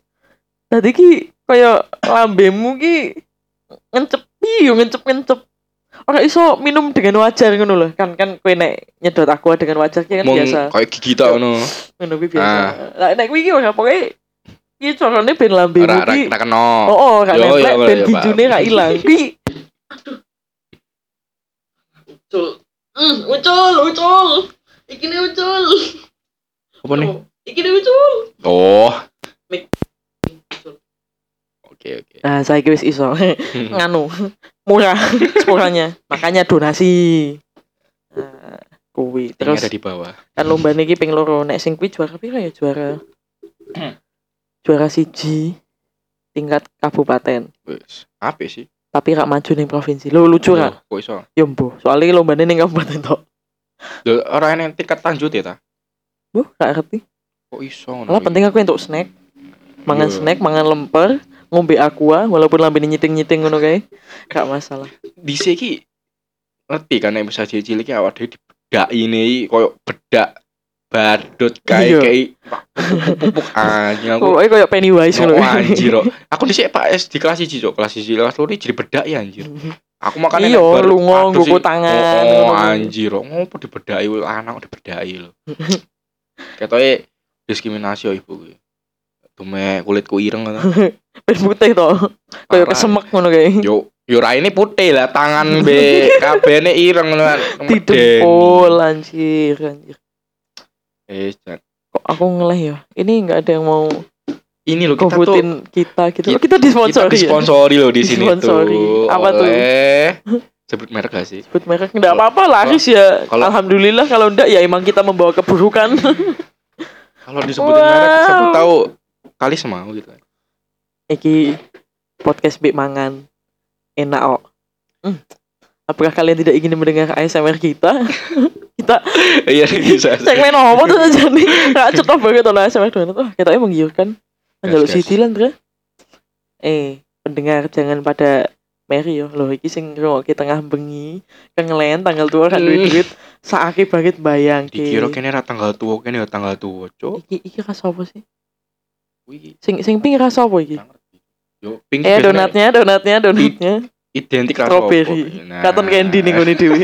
Speaker 2: Tadi ki kaya lambemu ki ngencepi yo ngencep ngencep. Ora iso minum dengan wajar ngono lho. Kan kan kowe nek nyedot aqua dengan wajar ki kan
Speaker 1: Mung
Speaker 2: biasa.
Speaker 1: kayak gigi tak ono.
Speaker 2: Ngono kuwi biasa.
Speaker 1: Ah.
Speaker 2: Lah nek kuwi ki ora pokoke ki carane ben lambemu
Speaker 1: Ora ora
Speaker 2: ki.
Speaker 1: ora kena.
Speaker 2: Oh, oh, gak
Speaker 1: Yo, yo,
Speaker 2: nempel
Speaker 1: yo,
Speaker 2: ben
Speaker 1: yo,
Speaker 2: gijune
Speaker 1: paham.
Speaker 2: gak ilang. Ki Aduh. Ucul. Mm, ucul, ucul. Iki ne ucul.
Speaker 1: Apa nih?
Speaker 2: Iki ne ucul.
Speaker 1: Oh.
Speaker 2: Mik.
Speaker 1: Oke
Speaker 2: *laughs*
Speaker 1: oke. Hmm.
Speaker 2: Nah, saya wis iso. nganu murah *laughs* sepuranya makanya donasi nah,
Speaker 1: Ini
Speaker 2: kuwi terus
Speaker 1: ada di bawah.
Speaker 2: kan lomba niki ping loro nek sing kuwi juara pira
Speaker 1: *clears throat*
Speaker 2: ya juara juara siji tingkat kabupaten
Speaker 1: Wes. Apa sih?
Speaker 2: tapi rak maju ning provinsi lo lucu
Speaker 1: Loh,
Speaker 2: rak
Speaker 1: Kok iso?
Speaker 2: ya mbuh soalnya lombane ning kabupaten tok
Speaker 1: Loh, Ora ene tingkat lanjut ya ta?
Speaker 2: mbuh gak ngerti
Speaker 1: Kok iso ngono?
Speaker 2: malah penting aku entuk snack mangan
Speaker 1: Iya.
Speaker 2: snack mangan lemper ngombe aqua walaupun lambene nyiting-nyiting ngono kae gak masalah
Speaker 1: di sini ngerti kan yang bisa cilik cilik awak dhewe dibedak ini koyo bedak badut
Speaker 2: Iya.
Speaker 1: kayak kayak
Speaker 2: *laughs*
Speaker 1: pupuk anjing aku
Speaker 2: pokoknya kayak Pennywise
Speaker 1: Yo,
Speaker 2: ngono
Speaker 1: anjir kok. Aku di sini Pak S di kelas 1 cok, kelas 1 kelas loro jadi bedak ya anjir. Aku makan
Speaker 2: Iya,
Speaker 1: baru-
Speaker 2: lungo,
Speaker 1: aduh
Speaker 2: nggopo
Speaker 1: sih.
Speaker 2: tangan,
Speaker 1: Oh,
Speaker 2: ngono.
Speaker 1: anjir kok ngopo dibedaki lho, anak kok dibedaki
Speaker 2: *laughs*
Speaker 1: lho. Ketoke diskriminasi yo ibu kuwi. Tume kulitku ireng kata.
Speaker 2: *laughs* ben putih to
Speaker 1: Parah.
Speaker 2: kayak kesemek ngono kae
Speaker 1: Yo yo ra ini putih lah tangan
Speaker 2: *laughs*
Speaker 1: be kabehne ireng ngono kan.
Speaker 2: Didempul anjir, anjir.
Speaker 1: Eh, Jack.
Speaker 2: Kok aku ngeleh ya? Ini nggak ada yang mau
Speaker 1: ini loh kita tuh
Speaker 2: kobutin kita gitu.
Speaker 1: Ki- kita
Speaker 2: Kita Oh, disponsori. ya?
Speaker 1: disponsori loh di sini tuh.
Speaker 2: Disponsori. Apa tuh? *laughs*
Speaker 1: Oleh- Sebut merek gak sih?
Speaker 2: Sebut merek enggak apa-apa laris ya.
Speaker 1: Kalau-
Speaker 2: Alhamdulillah kalau enggak ya emang kita membawa keburukan. *laughs*
Speaker 1: Kalau disebutin merek,
Speaker 2: Wow.
Speaker 1: siapa tahu kali semau gitu.
Speaker 2: Iki podcast Bik Mangan. Enak kok. Hmm. Apakah kalian tidak ingin mendengar ASMR kita? kita
Speaker 1: *laughs* Iya bisa.
Speaker 2: segmen apa tuh aja nih? Gak cetok banget oleh ASMR doang. Oh, kita menggiurkan.
Speaker 1: Gas,
Speaker 2: Jaluk
Speaker 1: gas.
Speaker 2: sidi lan, Dre. Eh, pendengar jangan pada Mary yo loh iki sing ngrungokke tengah bengi kengelen tanggal tua kan
Speaker 1: Hmm.
Speaker 2: *laughs* duit-duit saake banget bayang
Speaker 1: Dikira kene ra tanggal tua, kene ya tanggal tua, cok.
Speaker 2: iki iki rasa apa sih
Speaker 1: Wih,
Speaker 2: sing sing pink rasa apa iki
Speaker 1: nggak ngerti. Yo, pink
Speaker 2: eh
Speaker 1: biasanya
Speaker 2: donatnya donatnya donatnya
Speaker 1: identik rasa
Speaker 2: Strawberry.
Speaker 1: opo. Nah.
Speaker 2: Katon candy nih ngene *laughs* dhewe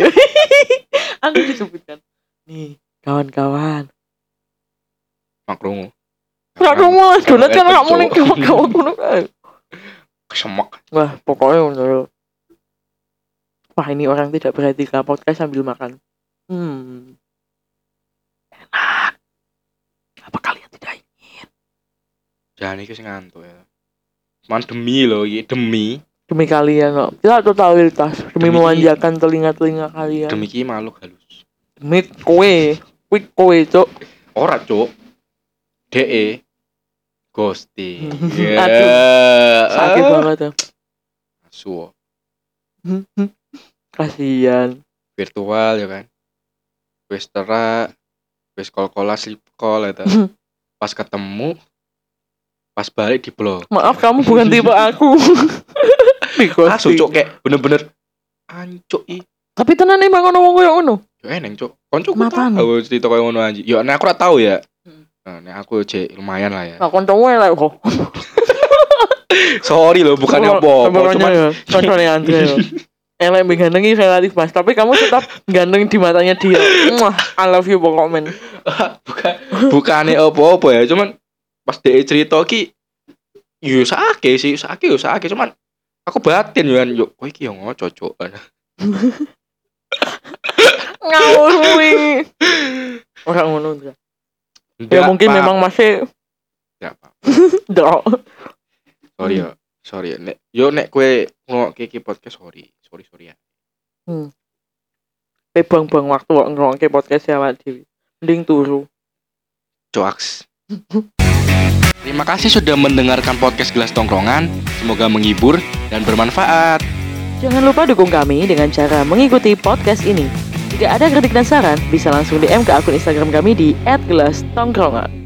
Speaker 2: aku disebutkan nih kawan-kawan
Speaker 1: Makrungu.
Speaker 2: Ora aku mau donat kan
Speaker 1: Cok.
Speaker 2: kamu ning kawan-kawan ngono *laughs* kan
Speaker 1: Kesemek.
Speaker 2: Wah, pokoknya menurut Wah, ini orang tidak berhati ke podcast sambil makan. Hmm. Enak. Apa kalian tidak ingin?
Speaker 1: Jangan iki sing ngantuk ya. Cuman demi loh, iki demi,
Speaker 2: Demi kalian, loh. Kita totalitas. Demi,
Speaker 1: Demi-
Speaker 2: memanjakan telinga-telinga kalian.
Speaker 1: demi
Speaker 2: Demi,
Speaker 1: ki makhluk halus.
Speaker 2: kue. Kue kue, cok.
Speaker 1: Ora cuk. E DE
Speaker 2: *laughs*
Speaker 1: ghosting.
Speaker 2: Aduh.
Speaker 1: Ya.
Speaker 2: Sakit
Speaker 1: Ah.
Speaker 2: banget ya.
Speaker 1: Suwo.
Speaker 2: Kasian.
Speaker 1: virtual ya kan. Wis tera wis kol-kola sleep call eta.
Speaker 2: Hmm.
Speaker 1: Pas ketemu pas balik di blok.
Speaker 2: Maaf, kamu bukan tipe *laughs* aku.
Speaker 1: asu cok kayak bener-bener ancuk i
Speaker 2: Tapi tenan emang ono wong koyo ngono.
Speaker 1: yo eneng cok konco ku
Speaker 2: Mata nih.
Speaker 1: tahu cerita kayak ngono anjing yo nek aku ora tahu ya
Speaker 2: Hmm.
Speaker 1: nah nek aku cek lumayan lah ya
Speaker 2: Nah, koncomu elek kok.
Speaker 1: sorry loh bukan apa-apa
Speaker 2: Pokoknya
Speaker 1: cuman
Speaker 2: ya, Contohnya Andre ya. *laughs* Elek mbek ganteng ini relatif mas, tapi kamu tetap ganteng di matanya dia. Mwah, I love you pokok men.
Speaker 1: *laughs* bukan bukannya apa-apa ya cuman pas dia cerita ki yo sake sih sake yo sake cuman aku batin yo kan, yo kowe iki yo ngoco *laughs* cok
Speaker 2: Ngawur kuwi. Ora ngono Andre. Ya
Speaker 1: Nggak
Speaker 2: mungkin
Speaker 1: apa-apa.
Speaker 2: memang masih
Speaker 1: Nggak apa-apa.
Speaker 2: drop.
Speaker 1: sorry
Speaker 2: Hmm.
Speaker 1: ya sorry ya nek yo nek kue ngelok iki podcast sorry sorry sorry ya
Speaker 2: Bebang-bang waktu kok ngrungokne podcast ya awak dhewe. Mending turu.
Speaker 1: coaks terima kasih sudah mendengarkan podcast gelas tongkrongan semoga menghibur dan bermanfaat
Speaker 2: Jangan lupa dukung kami dengan cara mengikuti podcast ini. Jika ada kritik dan saran, bisa langsung DM ke akun Instagram kami di @gelastongkrongan.